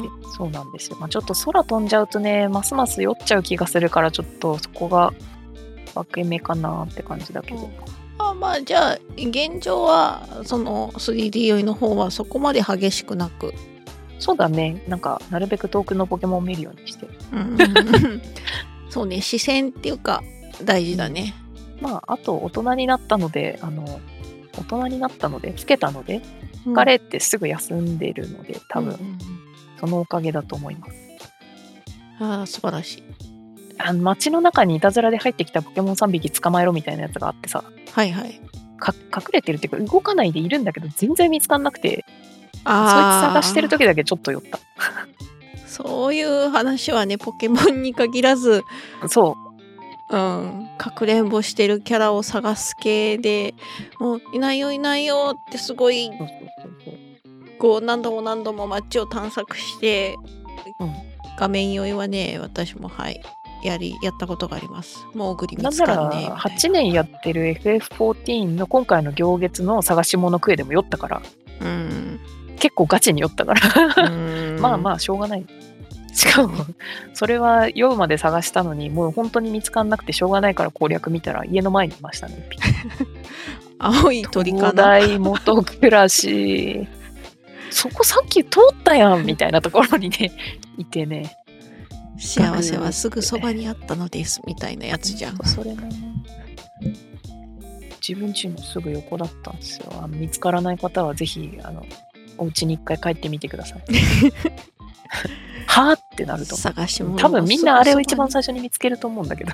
な
じでそうなんですよ、まあ、ちょっと空飛んじゃうとねますます酔っちゃう気がするからちょっとそこが分け目かなって感じだけど、
あまあじゃあ現状はその 3D 酔いの方はそこまで激しくなく、
そうだねなんかなるべく遠くのポケモンを見るようにして
うん、そうね視線っていうか大事だね、
まあ、あと大人になったので、あの、大人になったので、老けたので、
うん
疲れてすぐ休んでるので、多
う
分
ん
そのおかげだと思います。
ああ素晴らしい
あの街の中にいたずらで入ってきたポケモン3匹捕まえろみたいなやつがあってさ、
はいはい
か隠れてるっていうか、動かないでいるんだけど、全然見つかんなくて、そいつ
ああ
探してる時だけちょっと酔っ
そういう話はねポケモンに限らず
た。そ。
うん、かくれんぼしてるキャラを探す系でもういないよいないよってすごいう
そうそうそうそう
こう何度も何度も街を探索して、
うん
画面酔いはね私もはいやりやったことがありますもうグリ見
なん
つ
な
かんね
ら、8年やってる FF14 の今回の行月の探し物クエでも酔ったから、
うん
結構ガチに酔ったから。 まあ
あ
まあしょうがない。しかもそれは酔うまで探したのにもう本当に見つかんなくてしょうがないから攻略見たら家の前にいましたね。
青い 鳥か
東
な
大元暮 らしそこさっき通ったやんみたいなところにね いてね
幸せはすぐそばにあったのですみたいなやつじゃん
それもね自分家のすぐ横だったんですよあの見つからない方はぜひあのお家に一回帰ってみてくだ さいはあってなると思う
探し物
多分みんなあれを一番
最
最初に見つけると思うんだけど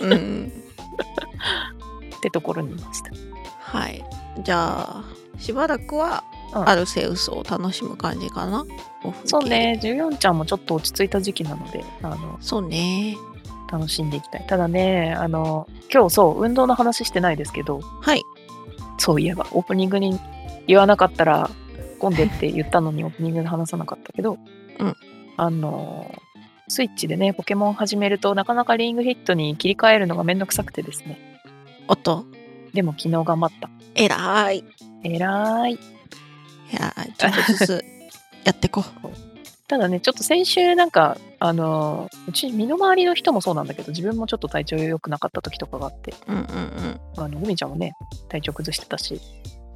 初、うん、
ってところにいました。
はいじゃあしばらくは
うん
アルセウスを楽しむ感じかな。お風景
そう。ね、14ちゃんもちょっと落ち着いた時期なので、あの、
そうね。
楽しんでいきたい。ただね、あの、今日そう、運動の話してないですけど、
はい。
そういえば、オープニングに言わなかったら、混んでって言ったの にオープニングで話さなかったけど、
うん
あの、スイッチでね、ポケモン始めると、なかなかリングヒットに切り替えるのがめんどくさくてですね。
おっと、
でも昨日頑張った。
えらい。い
えらーい。
やー、ちょっとずつやってこ う。
ただね、ちょっと先週なんか、あの、うち身の回りの人もそうなんだけど、自分もちょっと体調良くなかった時とかがあって、
うんうんうん。
あの、海ちゃんもね、体調崩してたし、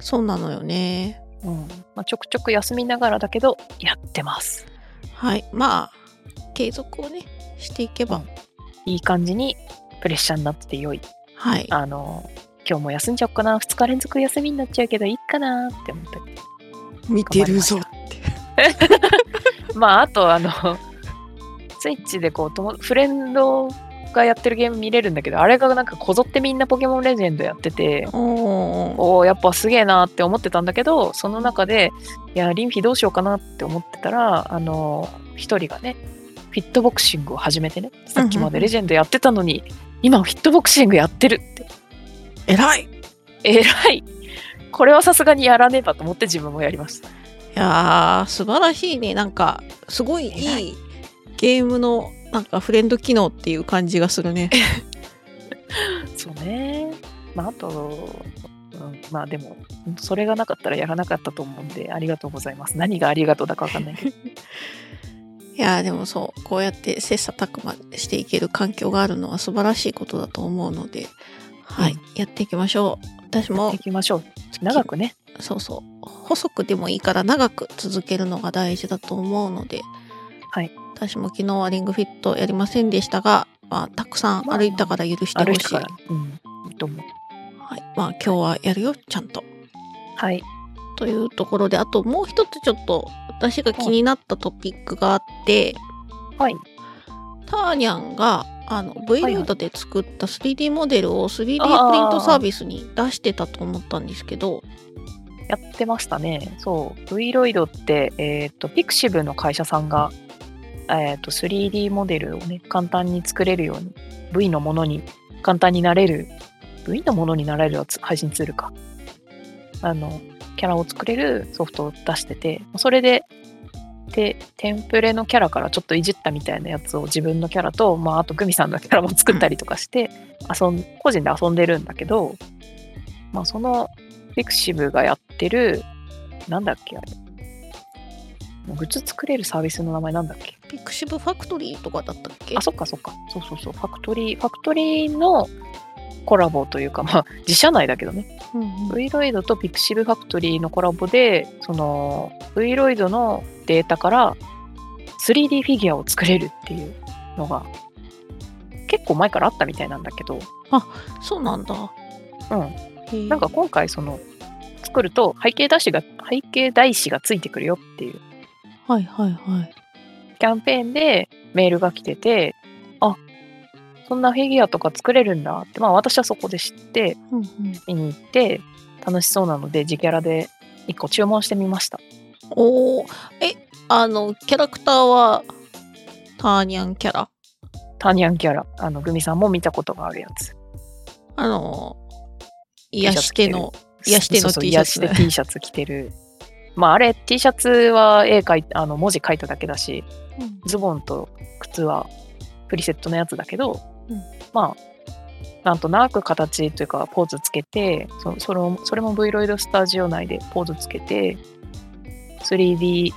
そうなのよね。
うんまあ、ちょくちょく休みながらだけど、やってます。
はい。まあ、継続をね、していけば。
うんいい感じにプレッシャーになってて良い。
はい。
あの、今日も休んじゃおっかな、2日連続休みになっちゃうけど、いいかなって思って。
見てるぞ
頑
って。
まあ、あと、あの、スイッチでこう友、フレンドがやってるゲーム見れるんだけど、あれがなんかこぞってみんなポケモンレジェンドやってて、
おー。
おおやっぱすげえなって思ってたんだけどその中でいやリンフィどうしようかなって思ってたらあの一人がねフィットボクシングを始めてねさっきま
うんうんう
で
ん
レジェンドやってたのに、今フィットボクシングやってるって
えらい。い
えらいこれはさすがにやらねばと思って自分もやりました
やー、素晴らしいね。なんか、すごい
えら
いいゲームの、なんかフレンド機能っていう感じがするね。
そうねまああと、うん、まあでもそれがなかったらやらなかったと思うんでありがとうございます何がありがとうだかわかんないけど
いやーでもそうこうやって切磋琢磨していける環境があるのは素晴らしいことだと思うのではい、
うん
やっていきましょう私
やっ
も
ていきましょう長くね
そうそう細くでもいいから長く続けるのが大事だと思うので
はい
私も昨日はリングフィットやりませんでしたが、まあ、たくさん歩いたから許してほ
歩い
してい、
からうんいいと思う
はい、まあ今日はやるよちゃんと
はい
というところであともう一つちょっと私が気になったトピックがあって、
はい
ターニャンがあの V
はい
ルートで作った 3D モデルを 3D プリントサービスに出してたと思ったんですけど
やってましたね。そう。V ロイドって、えっ、と、ピクシブの会社さんが、えっ、と、3D モデルをね、簡単に作れるように、V のものに簡単になれる、V のものになれるはつ配信ツールか。あの、キャラを作れるソフトを出してて、それで、で、テンプレのキャラからちょっといじったみたいなやつを自分のキャラと、まあ、あとグミさんのキャラも作ったりとかして、遊ん個人で遊んでるんだけど、まあ、そのピクシブがやってる、なんだっけ、あれ。グッズ作れるサービスの名前なんだっけ。
ピクシブファクトリーとかだったっけ
あ、そっかそっか。そうそうそう。ファクトリー、ファクトリーのコラボというか、まあ、自社内だけどね。
うんうん
V ロイドとピクシブファクトリーのコラボで、その、V ロイドのデータから 3D フィギュアを作れるっていうのが、結構前からあったみたいなんだけど、
そうなんだ
うん。
へえ
なんか今回その作ると背景台紙が背景台紙がついてくるよっていう
はいはいはい
キャンペーンでメールが来ててあそんなフィギュアとか作れるんだってまあ私はそこで知って
うんうん
見に行って楽しそうなので自キャラで1個注文してみました
おおえあのキャラクターはターニャンキャラ
ターニャンキャラあのグミさんも見たことがあるやつ
あの癒し手の癒し手の
そうそう
T シャ
癒
ツ
し手 T シャツ着てるまああれ T シャツは絵描いあの文字書いただけだしズボンと靴はプリセットのやつだけど、
うん
まあなんとなく形というかポーズつけてそそれもそれも V ロイドスタジオ内でポーズつけて 3D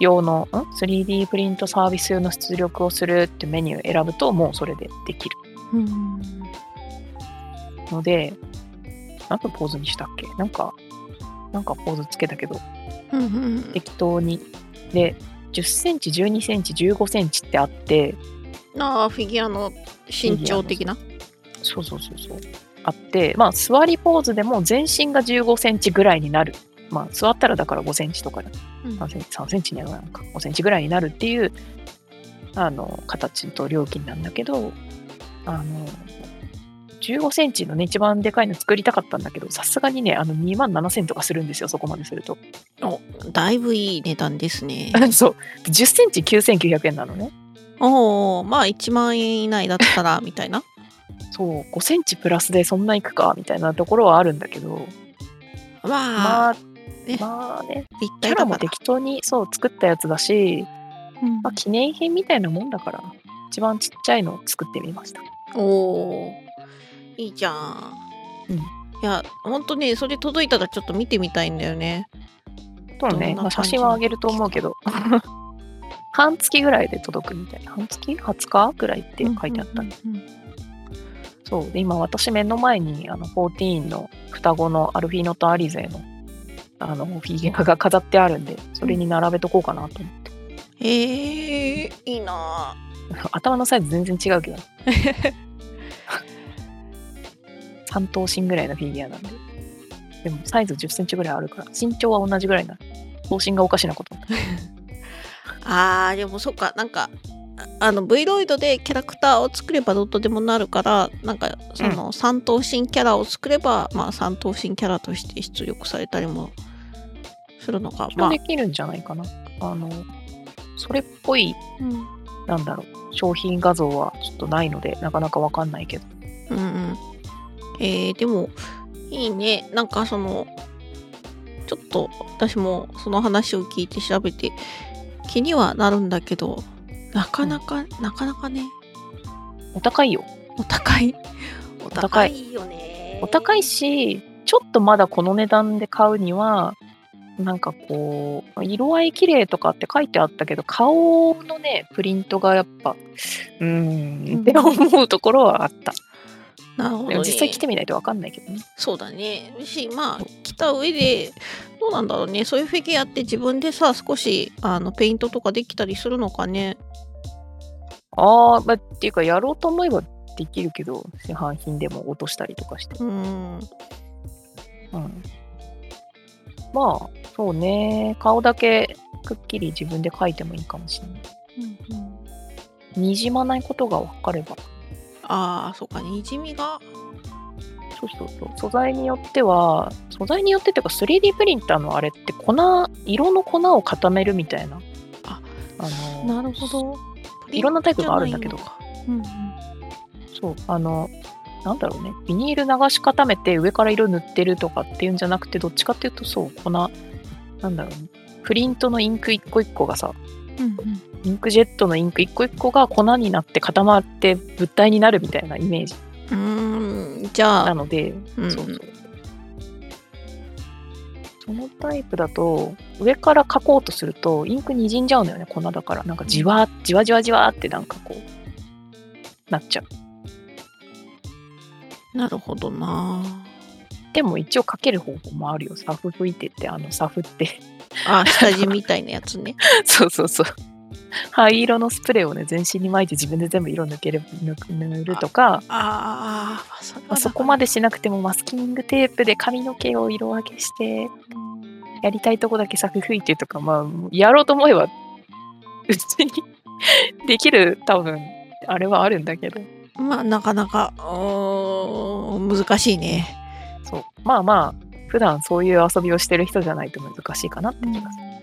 用のん 3D プリントサービス用の出力をするってメニュー選ぶともうそれでできる
うん
ので何のポーズにしたっけなんかなんかポーズつけたけど
うんうん
適当にで1 0ンチ1 2ンチ1 5ンチってあって
あーフィギュアの身長的な
そうそうそうそうあってまあ座りポーズでも全身が1 5センチぐらいになるまあ座ったらだから5センチとか
うん
3センチ3センチになるのか5センチぐらいになるっていうあの形と料金なんだけどあの15センチのね、一番でかいの作りたかったんだけど、さすがにね、あの2万7千とかするんですよ、そこまですると。
おだいぶいい値段ですね
そう。10センチ9900円なのね。
おおまあ1万円以内だったらみたいな
そう、5センチプラスでそんないくか、みたいなところはあるんだけど、
まあ
まあ、
ね
まあね、
立
キ
体だ
ャ
か
ラ
ら
も適当にそう作ったやつだし、
うん
まあ、記念品みたいなもんだから、一番ちっちゃいのを作ってみました。
おーいいじゃん、
うん
いやほんとねそれ届いたらちょっと見てみたいんだよね
そう
どん
ね、
な
まあ、写真はあげると思うけど、 半月ぐらいで届くみたいな、半月 ?20 日ぐらいって書いてあった、
うんうんうんうん
そうで今私目の前にあの14の双子のアルフィーノとアリゼのあのフィギュアが飾ってあるんでそれに並べとこうかなと思って、
えー、いいなぁ
頭のサイズ全然違 うけど3頭身ぐらいのフィギュアなんででもサイズ1 0センチぐらいあるから身長は同じぐらいなの頭身がおかしなことになる
あーでもそっかなんかああの V ロイドでキャラクターを作ればどうとでもなるからなんかその三頭身キャラを作れば、まあ三頭身キャラとして出力されたりもするのかまあ
で、きるんじゃないかなあのそれっぽい
うん
なんだろう商品画像はちょっとないのでなかなかわかんないけど
うんうん。えーでも、いいね。なんかその、ちょっと私もその話を聞いて調べて気にはなるんだけど、なかなか、なかなかね、
お高いよ
お高い。お
高い
いよね。
お高い
し。
しちょっとまだこの値段で買うにはなんかこう色合い綺麗とかって書いてあったけど顔のねプリントがやっぱうーんって思うところはあった
なるほど、
で
ね。
も実際来てみないとわかんないけどね
そうだね。し、まあ、来た上で、どうなんだろうね。そういうフィギュアって自分でさ、少し、あの、ペイントとかできたりするのかね。
ああ、まあ、っていうかやろうと思えばできるけど市販品でも落としたりとかして、
うん。
うん、まあそうね顔だけくっきり自分で描いてもいいかもしれないにじまないことが分かれば
ああ、そうか、にじみが。
そうそうそう素材によっては素材によってっていうか 3D プリンターのあれって粉色の粉を固めるみたいな
あ
あの
なるほど。
いろんなタイプがあるんだけど
じゃないのか。
そうあのなんだろうねビニール流し固めて上から色塗ってるとかっていうんじゃなくてどっちかっていうとそう粉なんだろうねプリントのインク一個一個がさ
うんうん。うんうん
インクジェットのインク一個一個が粉になって固まって物体になるみたいなイメージ
うーん、じゃ
な
あ、
ので
うん
そうそうそのタイプだと上から描こうとするとインクにじんじゃうのよね粉だからなんかじわじわじわじわってなんかこうなっちゃう
なるほどな。
でも一応描ける方法もあるよサフ吹いてってあのサフって
あ、下地みたいなやつね。
そうそうそう灰色のスプレーをね全身に撒いて自分で全部色抜ける抜く塗るとか
ああ、そ
まあそこまでしなくてもマスキングテープで髪の毛を色分けしてやりたいとこだけ作吹いてとかまあやろうと思えば うちにできる多分あれはあるんだけど
まあ、なかなか、うーん難しいね。
そうまあまあ普段そういう遊びをしてる人じゃないと難しいかなって気がする、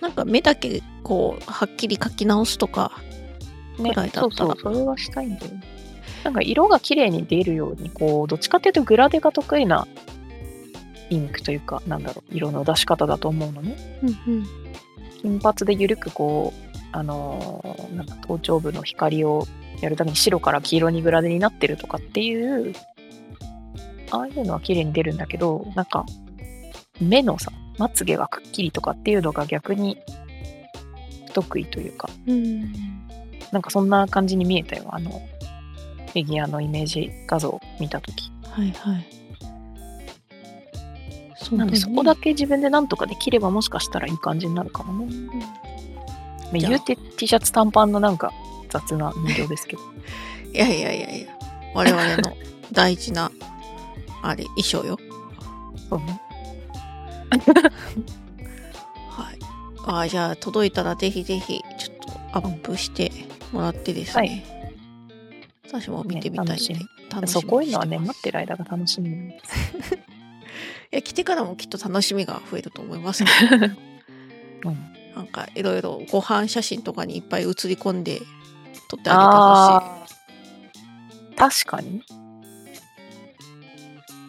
なんか目だけこうはっきり描き直すとか
ね
暗いだ
そ
っ
う
た
そ
ら
うそれはしたいんだよねなんか色が綺麗に出るようにこうどっちかっていうとグラデが得意なインクというかなんだろう色の出し方だと思うのね金髪で緩くこう、あのーなんか頭頂部の光をやるために白から黄色にグラデになってるとかっていうああいうのは綺麗に出るんだけどなんか目のさまつげがくっきりとかっていうのが逆に不得意というか
うん
なんかそんな感じに見えたよあのフィギュアのイメージ画像を見た時
はいはいそうだ
なん
ね
でそこだけ自分でなんとかできればもしかしたらいい感じになるかもね、まあ
じゃあ
言うて T シャツ短パンのなんか雑な人形ですけど
いやいやいやいや、我々の大事な、あれ、衣装よ。
そうね。
はい。ああ、じゃあ、届いたらぜひぜひ、ちょっとアップしてもらってですね。私も見てみたいんで、
ね楽しみ
楽しみ
そうこういうのはね
にしてま
待
す
ってる間が楽しみなんです
いや来てからもきっと楽しみが増えると思いますけど、
うん
なんかいろいろご飯写真とかにいっぱい写り込んで撮ってあ
あー確かに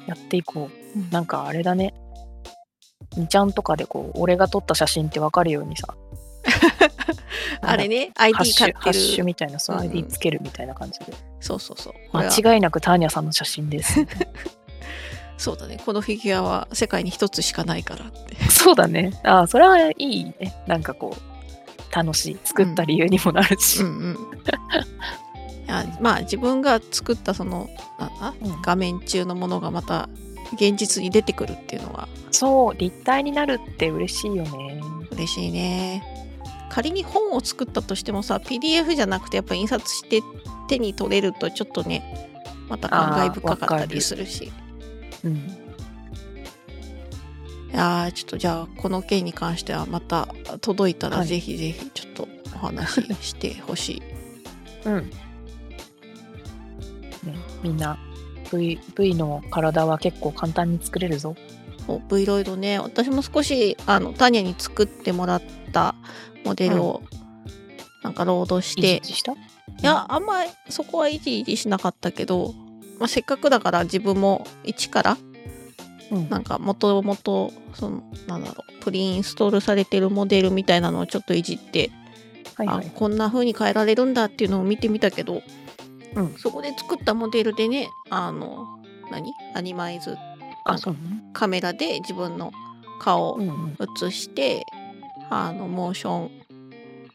やっていこう、
うん
なんかあれだね2ちゃんとかでこう俺が撮った写真って分かるようにさ
げてほしいあれ
ね
ね
ハッ
ID
シ
買
ュハ
っ
ッシ
て
ュ
る
みたいなそう
うん
ID つけるみたいな感じで、
そうそうそうこれは
間違いなくターニャさんの写真です
そうだねこのフィギュアは世界に一つしかないからって
そうだねああそれはいいねなんかこう楽しい作った理由にもなるし、
うん うんいやまあ自分が作ったそのなんだ
うん
画面中のものがまた現実に出てくるっていうのが
そう立体になるって嬉しいよね
嬉しいね仮に本を作ったとしてもさ PDF じゃなくてやっぱ印刷して手に取れるとちょっとねまた感慨深かったりするし
うん
いやーちょっとじゃあこの件に関してはまた届いたら
はい
ぜひぜひちょっとお話ししてほしい
うんねみんな V, v の体は結構簡単に作れるぞ
もう V ロイドね私も少しあのタニアに作ってもらったモデルをなんかロードし
いじ
て、
っちした
いやあんまそこはいじいじしなかったけど、まあ、せっかくだから自分も一から
うん
なんかもともとそのなんだろうプリインストールされてるモデルみたいなのをちょっといじって、
はいはい
あこんな風に変えられるんだっていうのを見てみたけど、
うん
そこで作ったモデルでねあの何アニマイズ
あそうね
カメラで自分の顔を
うんうん
映して、あのモーション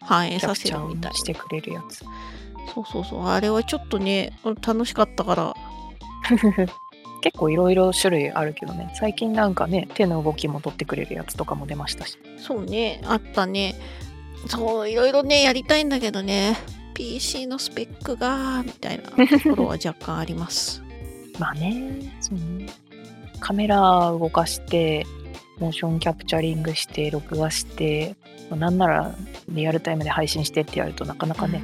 反映
キャ
さ
プ
せ
チ
る
ャ
みたいな
ーしてくれるやつ
そうそうそうあれはちょっとね楽しかったから
結構いろいろ種類あるけどね最近なんかね手の動きも取ってくれるやつとかも出ましたし
そうねあったねそういろいろねやりたいんだけどね PC のスペックがみたいなところは若干あります
まあねそうねカメラ動かしてモーションキャプチャリングして録画してまあなんならリアルタイムで配信してってやるとなかなかね、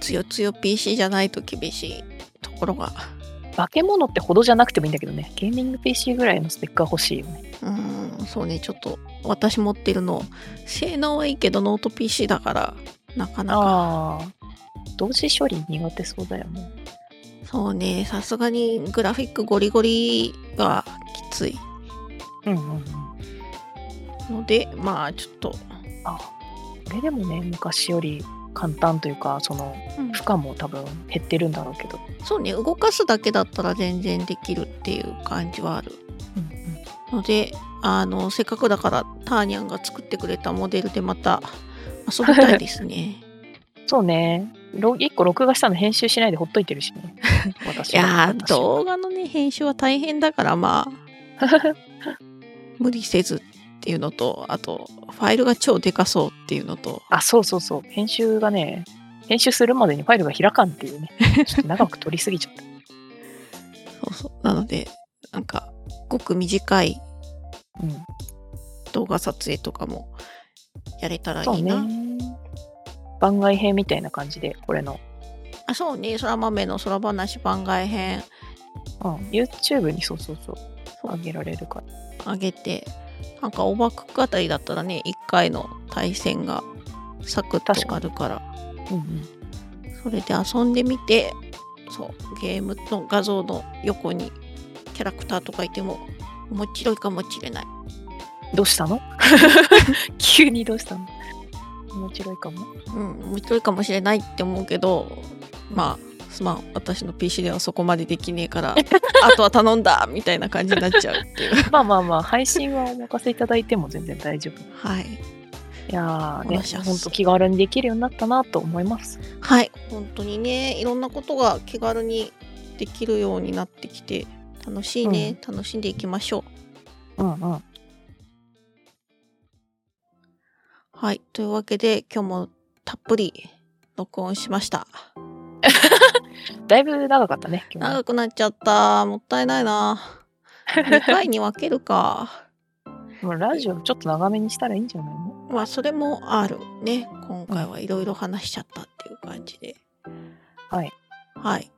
つよつよ PC じゃないと厳しいところが
化け物ってほどじゃなくてもいいんだけどねゲーミング PC ぐらいのスペックが欲しいよね
うーんそうねちょっと私持ってるの性能はいいけどノート PC だからなかなか
ああ同時処理苦手そうだよね
そうねさすがにグラフィックゴリゴリがきつい
うんうんうん
のでまあちょっと、
これでもね昔より簡単というかその
うん
負荷も多分減ってるんだろうけど、
そうね動かすだけだったら全然できるっていう感じはあるのであのせっかくだからターニャンが作ってくれたモデルでまた遊びたいですね
そうねろ一個録画したの編集しないでほっといてるし ね 私
いやー
う
動画のね編集は大変だからま あ無理せずっていうのとあとファイルが超でかそうっていうのと
あそうそうそう編集がね編集するまでにファイルが開かんっていう ねちょっと長く撮りすぎちゃった
そうそうなのでなんかごく短い
うん
動画撮影とかもやれたら
そ
いうい
ね
な
番外編みたいな感じでこれの、
あそうね空豆の空話番外編
うん、YouTube にそうそうそう
そう
上げられるから
上げてなんかおばくくあたりだったらね1回の対戦がサクッと
確
あ
か
るから
うんうん
それで遊んでみてそうゲームの画像の横にキャラクターとかいても面白いかもしれない
どうし たの急にどうしたの面白いかも。
うん面白いかもしれないって思うけどまあすまん私の PC ではそこまでできねえから あとは頼んだみたいな感じになっちゃうっていう
まあまあまあ、配信はお任せいただいても全然大丈夫。
はい
いやー
お願
ね
いしま、す
ほんと気軽にできるようになったなと思います。
はい本当にねいろんなことが気軽にできるようになってきて楽しいね、楽しんでいきましょう
うんうん。
はいというわけで今日もたっぷり録音しました
だいぶ長かったね、今日
長
は。
くなっちゃったもったいない な2回に分けるか
もうラジオちょっと長めにしたらいいんじゃないの
まあそれもあるね今回はいろいろ話しちゃったっていう感じで
はい
はい。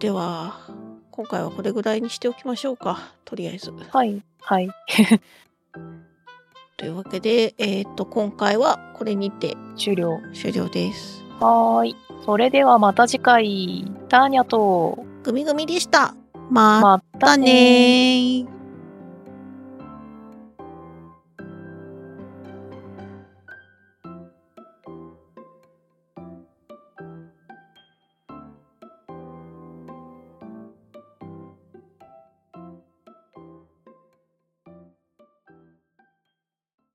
では、今回はこれぐらいにしておきましょうか。とりあえず。
はい。はい。
というわけで、えっ、と、今回はこれにて
終了。
終了です。
はーい。それではまた次回。ターニャと、
グミグミでした。ま
ま
たねー。